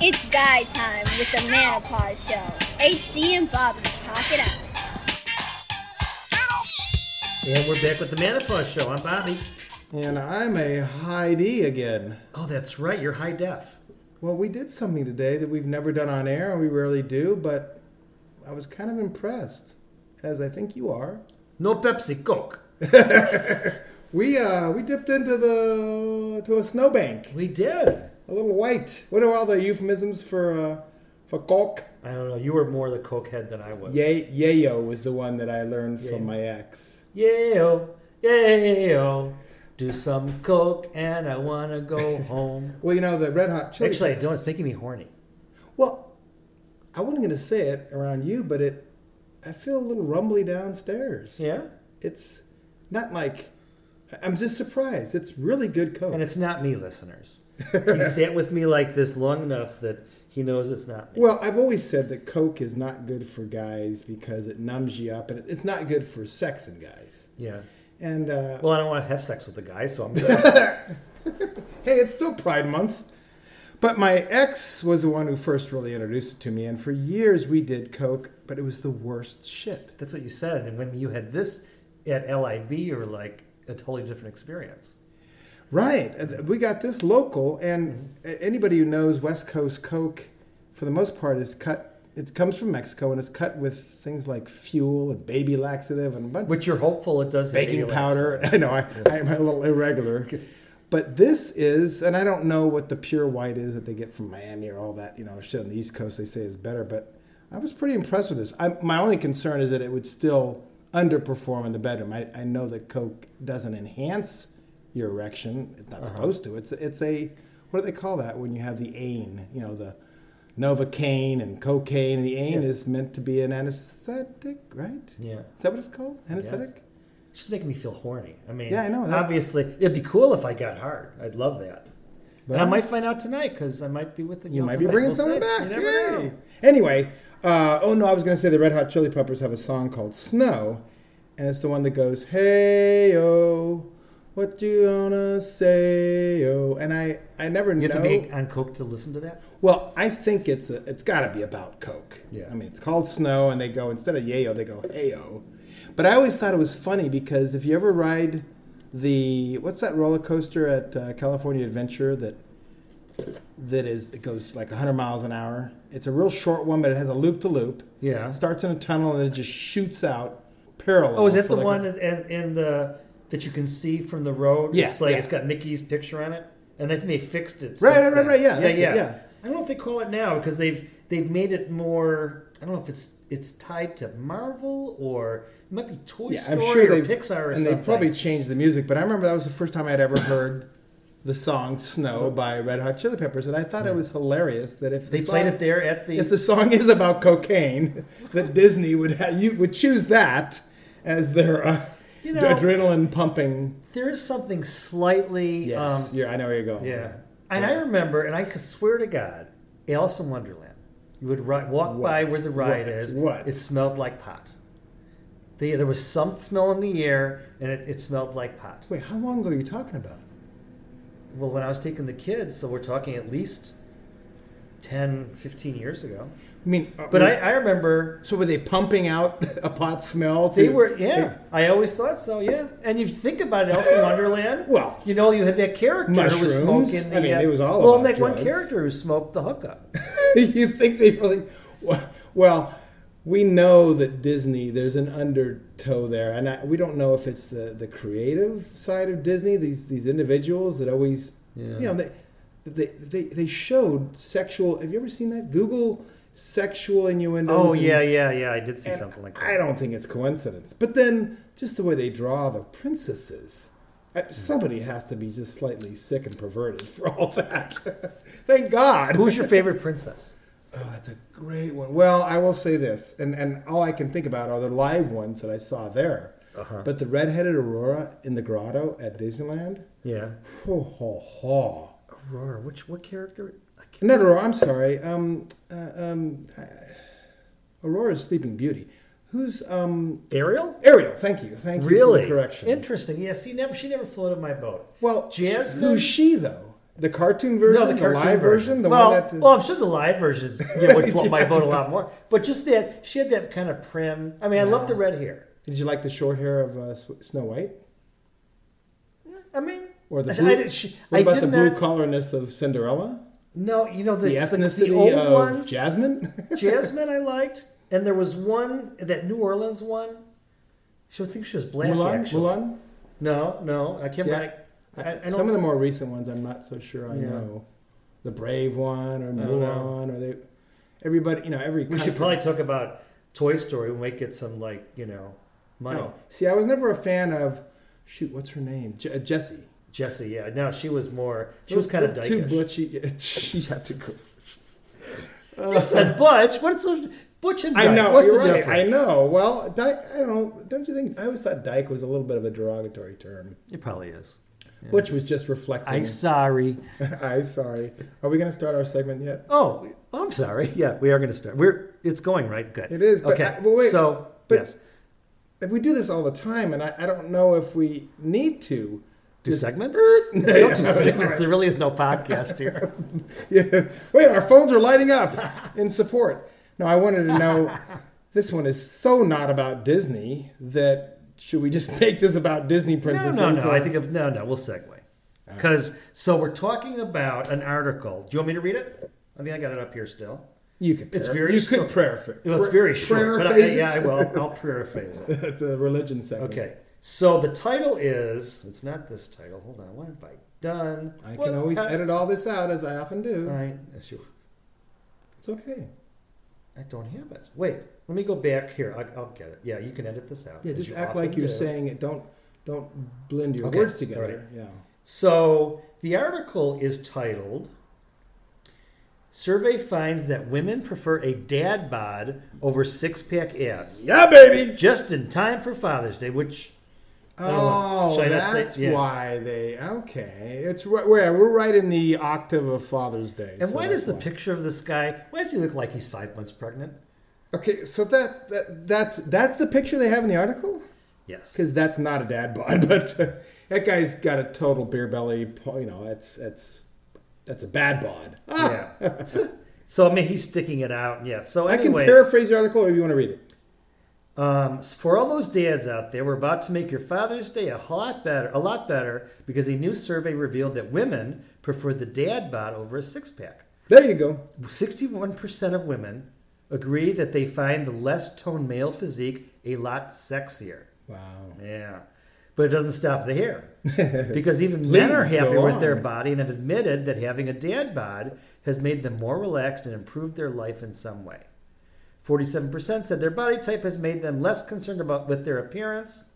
It's guy time with the Manopause Show. HD and Bobby talk it out. And we're back with the Manopause Show. I'm Bobby. And I'm a Heidi again. Oh, that's right. You're high def. Well, we did something today that we've never done on air, and we rarely do, but I was kind of impressed, as I think you are. No Pepsi, Coke. We uh, we dipped into the to a snowbank, We did. a little white. What are all the euphemisms for uh, for caulk? I don't know. You were more the Coke head than I was. Ye- yayo was the one that I learned from my ex. Yeah. Yeah. Do some Coke and I want to go home. Well, you know the Red Hot Chili. Actually, I don't. It's making me horny. well, I wasn't gonna say it around you, but it, I feel a little rumbly downstairs. Yeah? it's not like I'm just surprised. It's really good coke. And it's not me, listeners. he sat with me like this long enough that he knows it's not me. well, I've always said that coke is not good for guys because it numbs you up, and it- it's not good for sex in guys. yeah. And uh, Well, I don't want to have sex with the guy, so I'm good. hey, it's still Pride Month. But my ex was the one who first really introduced it to me, and for years we did coke, but it was the worst shit. That's what you said. And when you had this at LIB, you were like a totally different experience. Right. Uh, We got this local, and a- anybody who knows West Coast Coke, for the most part, is cut. It comes from Mexico, and it's cut with things like fuel and baby laxative and a bunch Which you're hopeful it does. baking emulate powder. something. I know I, I'm a little irregular, but this is, and I don't know what the pure white is that they get from Miami or all that. You know, shit on the East Coast they say is better, but I was pretty impressed with this. I, my only concern is that it would still underperform in the bedroom. I, I know that Coke doesn't enhance your erection; it's not Uh-huh. supposed to. It's it's a what do they call that when you have the ain? You know the Novocaine and cocaine, and the ain Yeah. is meant to be an anesthetic, right? Yeah. Is that what it's called? Anesthetic? It's just making me feel horny. I mean, Yeah, I know, that- Obviously, it'd be cool if I got hard. I'd love that. But- and I might find out tonight because I might be with the You girl might be tonight. bringing We'll someone see. You back. never Yay. know. Anyway, uh, oh no, I was going to say the Red Hot Chili Peppers have a song called Snow, and it's the one that goes, Hey, oh, what you gonna say, oh? And I, I never You know. have to be on coke to listen to that. Well, I think it's a, it's got to be about Coke. Yeah. I mean, it's called Snow, and they go instead of yayo, they go heyo. But I always thought it was funny because if you ever ride the what's that roller coaster at uh, California Adventure that that is it goes like 100 miles an hour. It's a real short one, but it has a loop to loop. Yeah. Starts in a tunnel and it just shoots out parallel. Oh, is that for the like a- one and and the that you can see from the road? Yeah, it's like yeah. it's got Mickey's picture on it, and I think they fixed it. Right, since right, right, then. right, yeah, yeah, that's it, yeah. yeah. I don't know if they call it now because they've they've made it more. I don't know if it's it's tied to Marvel or it might be Toy yeah, I'm Story sure or they've Pixar or and something. they probably changed the music. But I remember that was the first time I'd ever heard the song "Snow" by Red Hot Chili Peppers, and I thought it was hilarious that if the They song, played it there at the. if the song is about cocaine, that Disney would ha- you would choose that as their uh, You know- um, adrenaline pumping. there is something slightly. Yes, Um, yeah, I know where you're going. yeah. And I remember, and I could swear to God, Alice in Wonderland. You would ri walk by What? where the ride What? is. What? It smelled like pot. They, there was some smell in the air, and it, it smelled like pot. Wait, how long ago are you talking about? Well, when I was taking the kids, so we're talking at least 10, 15 years ago. I mean, uh, But were- I, I remember so were they pumping out a pot smell? To, They were, yeah. I always thought so, yeah. And you think about Alice in Wonderland. Well, you know, you had that character who was mushrooms. smoking. The, I mean, uh, it was all well, about that one drugs. character who smoked the hookup. you think they really? Well, we know that Disney. There's an undertow there, and I, we don't know if it's the the creative side of Disney. These these individuals that always, Yeah. you know, they, they they they showed sexual. Have you ever seen that? Google sexual innuendos. Oh and- yeah, yeah, yeah. I did see and something like I that. don't think it's coincidence. But then, just the way they draw the princesses. I- Somebody has to be just slightly sick and perverted for all that. Thank God. Who's your favorite princess? Oh, that's a great one. Well, I will say this, and, and all I can think about are the live ones that I saw there. Uh-huh. But the redheaded Aurora in the grotto at Disneyland, Yeah, ho ho ho! Aurora. Which what character? I can't- Not Aurora. I'm sorry. Um, uh, um, uh, Aurora's Sleeping Beauty. Who's um Ariel. Ariel? Thank you. Thank you. Really? For the correction. Interesting. Yeah. See, never she never floated my boat. well, Jasmine? Who's she though? The cartoon version, the, cartoon live version, the well, one that well, I'm sure the live versions you know, would float my boat a lot more. But just that she had that kind of prim. I mean, I love the red hair. did you like the short hair of uh, S- Snow White I mean, or the I- blue, I, did- she, what I about did the not, blue collarness of Cinderella, No, you know the, the the, the ethnicity old of ones. Jasmine? Jasmine, I liked, and there was one that New Orleans one. She I think she was black. Mulan, actually. Mulan. No, no, I can't. See, remember. I, I, I Some don't, of the more recent ones, I'm not so sure I Yeah. know. The Brave one or don't Mulan or they, everybody, you know, every. we should country- probably talk about Toy Story when we get some like you know money. No. See, I was never a fan of. Shoot, what's her name? Je- uh, Jessie. Jessie, yeah. No, she was more. She was kind of too dykish. butchy. She's not too cool. You said Butch. What's a, Butch and Dyke? Oh. I know. What's you're the right. I difference? know. Well, dyke, I don't know. Don't you think? I always thought dyke was a little bit of a derogatory term, It probably is. which was just reflecting. I'm sorry. I sorry. Are we going to start our segment yet? Oh, I'm sorry. Yeah, we are going to start. We're. It's going right. Good. It is, but okay. I- but wait, so but- yes, If we do this all the time, and I, I don't know if we need to. do Just- segments. Er, We don't do segments. There really is no podcast here. yeah. Wait, our phones are lighting up in support. No, I wanted to know. this one is so not about Disney that should we just make this about Disney No, princesses? no, no. or- I think of, no, no. We'll segue because so we're talking about an article. Do you want me to read it? I think I got it up here still. you could. It's parap- very You short. could paraphrase. Well, it's very short, but I, paraphrase yeah, I it. will. I'll paraphrase it. it's a religion segment. Okay. So the title is. It's not this title. Hold on. What have I done? I What can always have- edit all this out as I often do. I, yes, you- It's okay. I don't have it. Wait. Let me go back here. I, I'll get it. Yeah, you can edit this out. Yeah, as just you act like often you're do. saying it. Don't don't blend your Okay, words together. Yeah. So the article is titled "Survey Finds That Women Prefer a Dad Bod Over Six Pack Abs." Yeah, baby. Just in time for Father's Day, which I don't know. Oh, Should I not say- that's yeah. why they. Okay, it's right. We're, we're right in the octave of Father's Day. and so why does that's the picture of this guy? Why does he look like he's five months pregnant? Okay, so that's that, that's that's the picture they have in the article. Yes. Because that's not a dad bod, but uh, that guy's got a total beer belly. po- You know, that's that's that's a bad bod. Ah, yeah. so I mean, he's sticking it out. Yeah. So I can anyways, paraphrase the article, or you want to read it. um, for all those dads out there, we're about to make your Father's Day a lot better. A lot better because a new survey revealed that women prefer the dad bod over a six pack. There you go. 61% of women agree that they find the less toned male physique a lot sexier. Wow. Yeah. But it doesn't stop the hair. Because even men are Please happy go with their on. body and have admitted that having a dad bod has made them more relaxed and improved their life in some way. 47% said their body type has made them less concerned about with their appearance,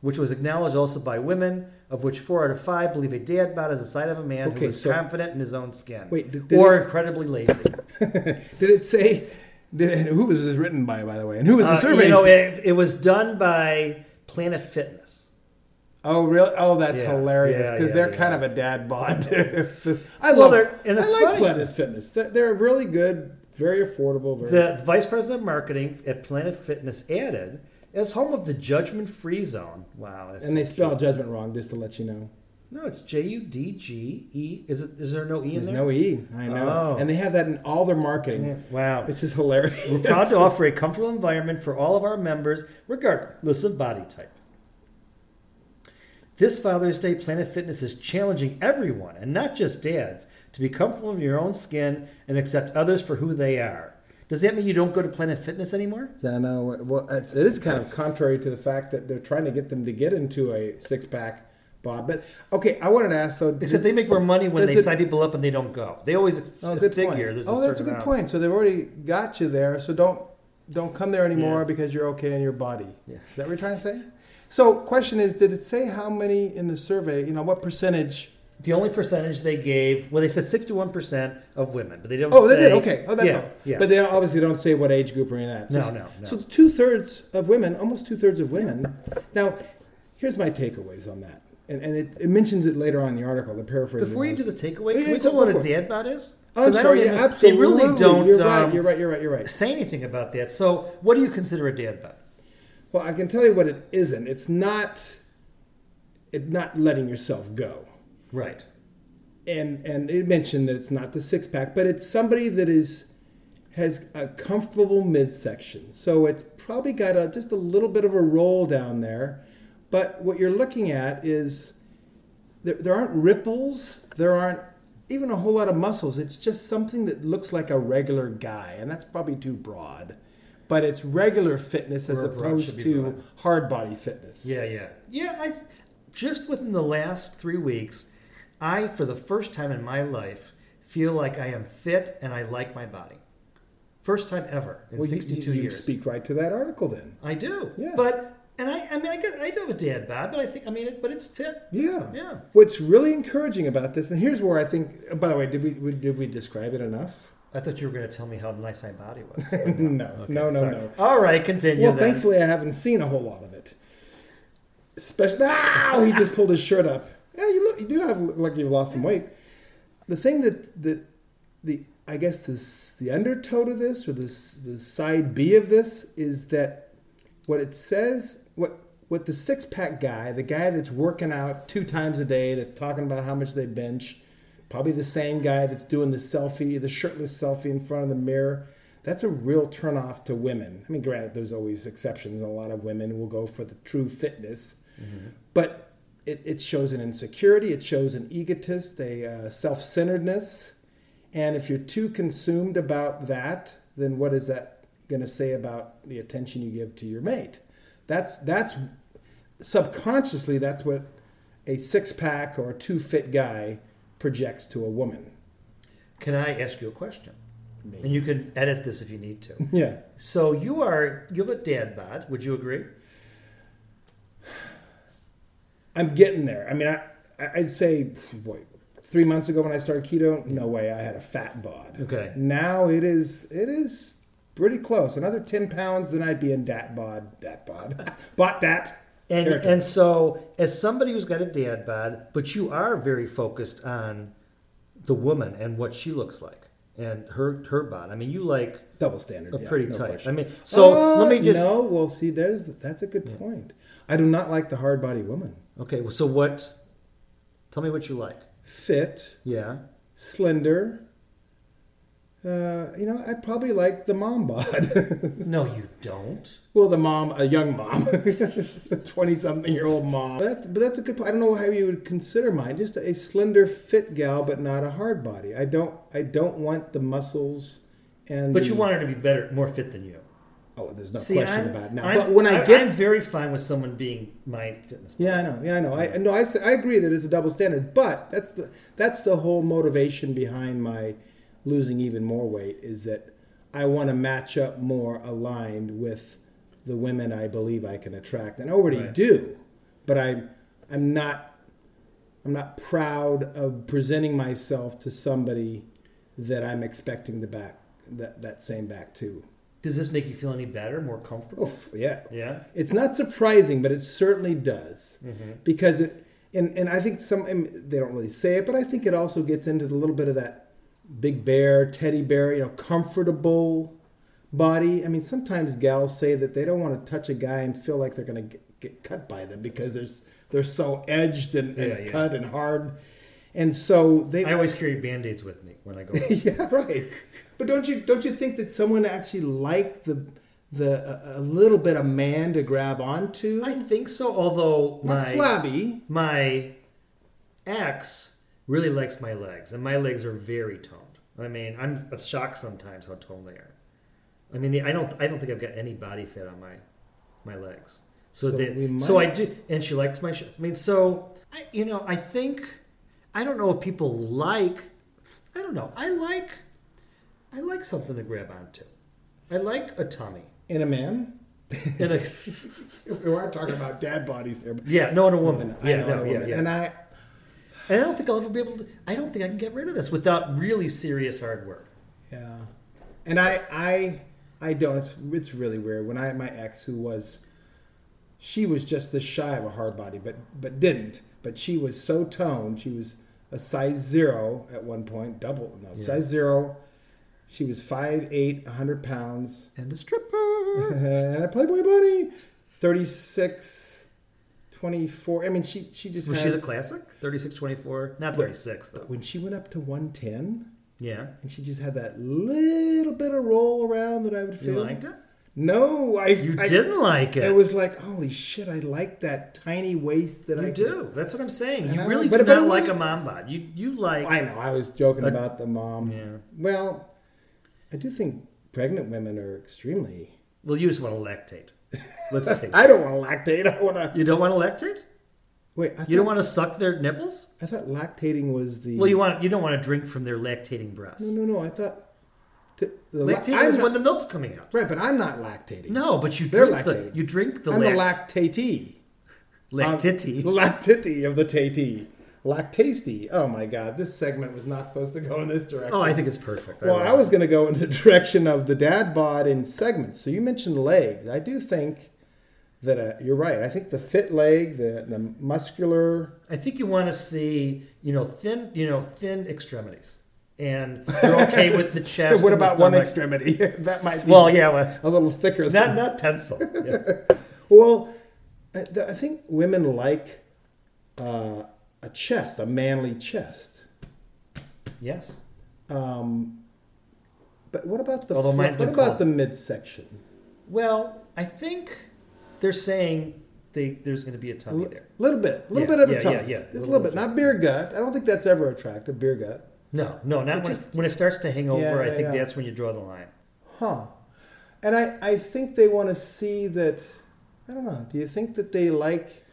which was acknowledged also by women, of which 4 out of 5 believe a dad bod is a sign of a man Okay, who is so- confident in his own skin Wait, did- did or incredibly lazy. Did it say? Did it, who was this written by, by the way, and who was the Uh, survey? You know, it, it was done by Planet Fitness. oh, really? Oh, that's Yeah, hilarious yeah, because yeah, they're yeah. kind of a dad bod. I Well, love. they're- and I it's like funny. Planet Fitness. They're- They're really good, very affordable. Very The, the vice president of marketing at Planet Fitness added, as home of the judgment free zone. Wow. That's and they so spell cute. judgment wrong, just to let you know. No, it's J U D G E. Is it? Is there no E in There's there? no E. I know. Oh. And they have that in all their marketing. Wow. It's just hilarious. We're proud to offer a comfortable environment for all of our members, regardless of body type. This Father's Day, Planet Fitness is challenging everyone, and not just dads, to be comfortable in your own skin and accept others for who they are. Does that mean you don't go to Planet Fitness anymore? Yeah, I know. Well, it it is kind of contrary to the fact that they're trying to get them to get into a six pack, Bob. But okay, I wanted to ask. So, Except they make more money when Does they it- sign people up and they don't go. They always f- oh, good figure point. there's a oh, that's a certain good amount. point. So they've already got you there. So don't don't come there anymore Yeah. because you're okay in your body. Yeah. Is that what you're trying to say? So, question is, did it say how many in the survey? You know, what percentage? The only percentage they gave, well, they said 61% of women, but they don't Oh, say. they did. Okay. Oh, that's yeah, all. Yeah. But they obviously don't say what age group or any of that. So, No, no, no. So two thirds of women, almost two thirds of women. Now, here's my takeaways on that, and, and it, it mentions it later on in the article. The paraphrase. Before you do the takeaway, Yeah, can yeah, we talk go about for what a it. dad bod is? oh, I'm 'Cause I sorry. don't Yeah, even- absolutely. They really don't You're um, right. You're right. You're right. You're right. say anything about that. So, what do you consider a dad bod? Well, I can tell you what it isn't. It's not. It not letting yourself go. Right. and and it mentioned that it's not the six pack, but it's somebody that is has a comfortable midsection. So it's probably got a, just a little bit of a roll down there. But what you're looking at is there, there aren't ripples, there aren't even a whole lot of muscles. It's just something that looks like a regular guy, and that's probably too broad. But it's regular fitness as Broad, broad should opposed be to broad. hard body fitness. Yeah, yeah, yeah. I just within the last three weeks, I for the first time in my life feel like I am fit and I like my body. First time ever in Well, you- you- 62 you years. Speak right to that article then. I do. Yeah. But and I, I mean, I guess I do have a dad bod, but I think I mean, it, but it's fit. Yeah. Yeah. What's really encouraging about this, and here's where I think. By the way, did we- we did we describe it enough? I thought you were going to tell me how nice my body was. no, no, no, Sorry. no. All right, continue. Well, then. thankfully, I haven't seen a whole lot of it. Especially, ow! He just pulled his shirt up. Yeah, you look. You do have look like you've lost some weight. The thing that that the I guess this the undertow to this or this the side B of this is that what it says what what the six pack guy, the guy that's working out two times a day, that's talking about how much they bench, probably the same guy that's doing the selfie, the shirtless selfie in front of the mirror. That's a real turnoff to women. I mean, granted, there's always exceptions. A lot of women will go for the true fitness, but it, it shows an insecurity. It shows an egotist, a uh, self-centeredness. And if you're too consumed about that, then what is that going to say about the attention you give to your mate? That's that's subconsciously that's what a six pack or a two fit guy projects to a woman. Can I ask you a question? Maybe. And you can edit this if you need to. Yeah. So you are you have a dad bod. Would you agree? I'm getting there. I mean, I I- I'd say boy, three months ago when I started keto, no way, I had a fat bod. Okay. Now it is it is pretty close. Another ten pounds, then I'd be in dat bod, dat bod, bot dat. And territory. and so as somebody who's got a dad bod, but you are very focused on the woman and what she looks like and her her bod. I mean, you like double standard, a yeah, pretty no tight. question. I mean, so Uh, let me just no. Well, see, there's that's a good point. I do not like the hard body woman. okay. Well, so what? Tell me what you like. Fit, Yeah. slender. Uh, you know, I probably like the mom bod. No, you don't. well, the mom, a young mom, twenty-something-year-old mom. But that's, but that's a good point. I don't know how you would consider mine. Just a slender, fit gal, but not a hard body. I don't. I don't want the muscles. And But the- you want her to be better, more fit than you. Oh, there's no See, question I'm- about it now. I'm- but when I I- get I'm very fine with someone being my fitness. Yeah, I know. Yeah, I know. I no, I, s- I agree that it's a double standard, but that's the that's the whole motivation behind my losing even more weight is that I want to match up more aligned with the women I believe I can attract, and I already Right. do, but I'm I'm not I'm not proud of presenting myself to somebody that I'm expecting the back that that same back to. Does this make you feel any better, more comfortable? Oof, yeah, Yeah. it's not surprising, but it certainly does Mm-hmm. because it and and I think some and they don't really say it, but I think it also gets into the little bit of that big bear, teddy bear, you know, comfortable body. I mean, sometimes gals say that they don't want to touch a guy and feel like they're going to get, get cut by them because there's they're so edged and, and Yeah, yeah. cut and hard, and so they I always carry band-aids with me when I go. out. yeah, right. But don't you don't you think that someone actually liked the the a, a little bit of man to grab onto? I think so, although Not my flabby. my ex really likes my legs, and my legs are very toned. I mean, I'm shocked sometimes how toned they are. I mean, I don't I don't think I've got any body fat on my my legs. So, So they, we so I might- do, and she likes my. Sh- I mean, so I, you know, I think I don't know if people like. I don't know. I like I like something to grab onto. I like a tummy In a man? and a We aren't talking about dad bodies here. But yeah, no, and a I woman. know, yeah, I know no, a yeah, woman. yeah. And I And I don't think I'll ever be able to. I don't think I can get rid of this without really serious hard work. Yeah, and I I I don't. It's it's really weird. When I my ex who was, she was just this shy of a hard body, but but didn't. But she was so toned. She was a size zero at one point, double no Yeah. size zero. She was five eight, a hundred pounds, And a stripper. and a Playboy bunny, thirty six. 24. I mean, she she just Was she had- the classic? 36 24? Not 36, though. when she went up to 110 Yeah. and she just had that little bit of roll around that I would You feel. liked it? No, I You I- didn't like it. It was like, holy shit! I like that tiny waist that I you could- do. That's what I'm saying. And You I really don't- but- but do not it like a wasn't- mom bod. You, you like. I know. I was joking Uh, about the mom. Yeah. Well, I do think pregnant women are extremely. Well, you just want to lactate. Let's take I don't want to lactate. I want to You don't want to lactate? wait. I You thought, don't want to suck their nipples? I thought lactating was the. Well, you want you don't want to drink from their lactating breasts. No, no, no. I thought. T- the la- Lactating I'm is not- when the milk's coming out. right, but I'm not lactating. No, but you They're drink the lactating. you drink the I'm um, the lact- lactatee. lactity. Um, lactity of the tatee. Lactasty. Oh my god, this segment was not supposed to go in this direction. oh, I think it's perfect. well, love I it. was going to go in the direction of the dad bod in segments. So you mentioned legs. I do think that uh, you're right. I think the fit leg, the, the muscular. I think you want to see you know thin you know thin extremities, and you're okay with the chest. what and the about one stomach. extremity? that might be Well, yeah, well, a little thicker. not Than, not pencil. Yeah. well, I, I think women like uh, a chest, a manly chest. yes. Um, but what about the Although front- mine's what been about called- the midsection? Well, I think they're saying they, there's going to be a A tummy l- there. little bit, a little Yeah, bit of a yeah, tummy. yeah, yeah, Just a little bit. Not beer gut. I don't think that's ever attractive. Beer gut, No, no, not It when, just- when it starts to hang over. Yeah, I yeah, think yeah. that's when you draw the line. huh? And I, I think they want to see that. I don't know. Do you think that they like?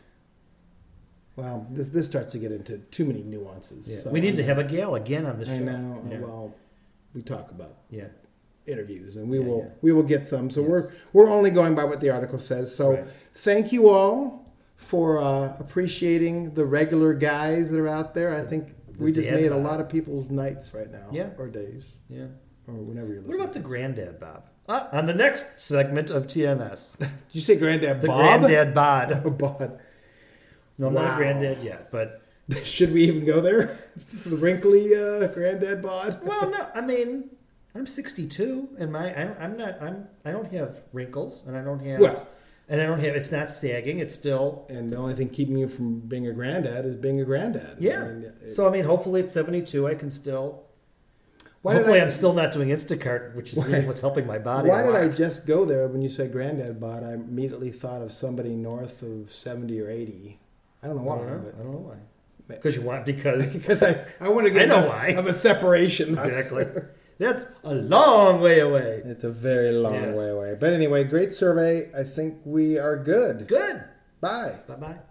Well, this this starts to get into too many nuances. Yeah. so- we need to have a Gail again on this I show. know. Yeah. Well, we talk about yeah. interviews and we Yeah, will yeah. we will get some so Yes. we're we're only going by what the article says so Right. thank you all for uh, appreciating the regular guys that are out there i think we just dad made a bod. lot of people's nights right now Yeah. or days Yeah. or whenever you're What listening about the granddad Bob? Uh, on the next segment of TMS, did you say granddad the bob granddad bod. Oh, Bod. No, I'm not a Wow. granddad yet, but should we even go there the wrinkly uh, granddad bod well, no, I mean, I'm 62, and my I'm, I'm not I'm I don't have wrinkles, and I don't have Well. and I don't have it's not sagging. It's still and the only thing keeping you from being a granddad is being a granddad yeah. I mean, it- so I mean, hopefully at 72, I can still. why did hopefully, I- I'm still not doing Instacart, which is really what's helping my body. Why a did lot. I just go there when you said granddad bod? I immediately thought of somebody north of 70 or 80. I don't know I why, don't know, I but don't know why. Because you want because because I, I want to get I know enough why. of a separation. exactly. That's a long way away. It's a very long Yes. way away. But anyway, great survey. I think we are good. Good. Bye. Bye bye.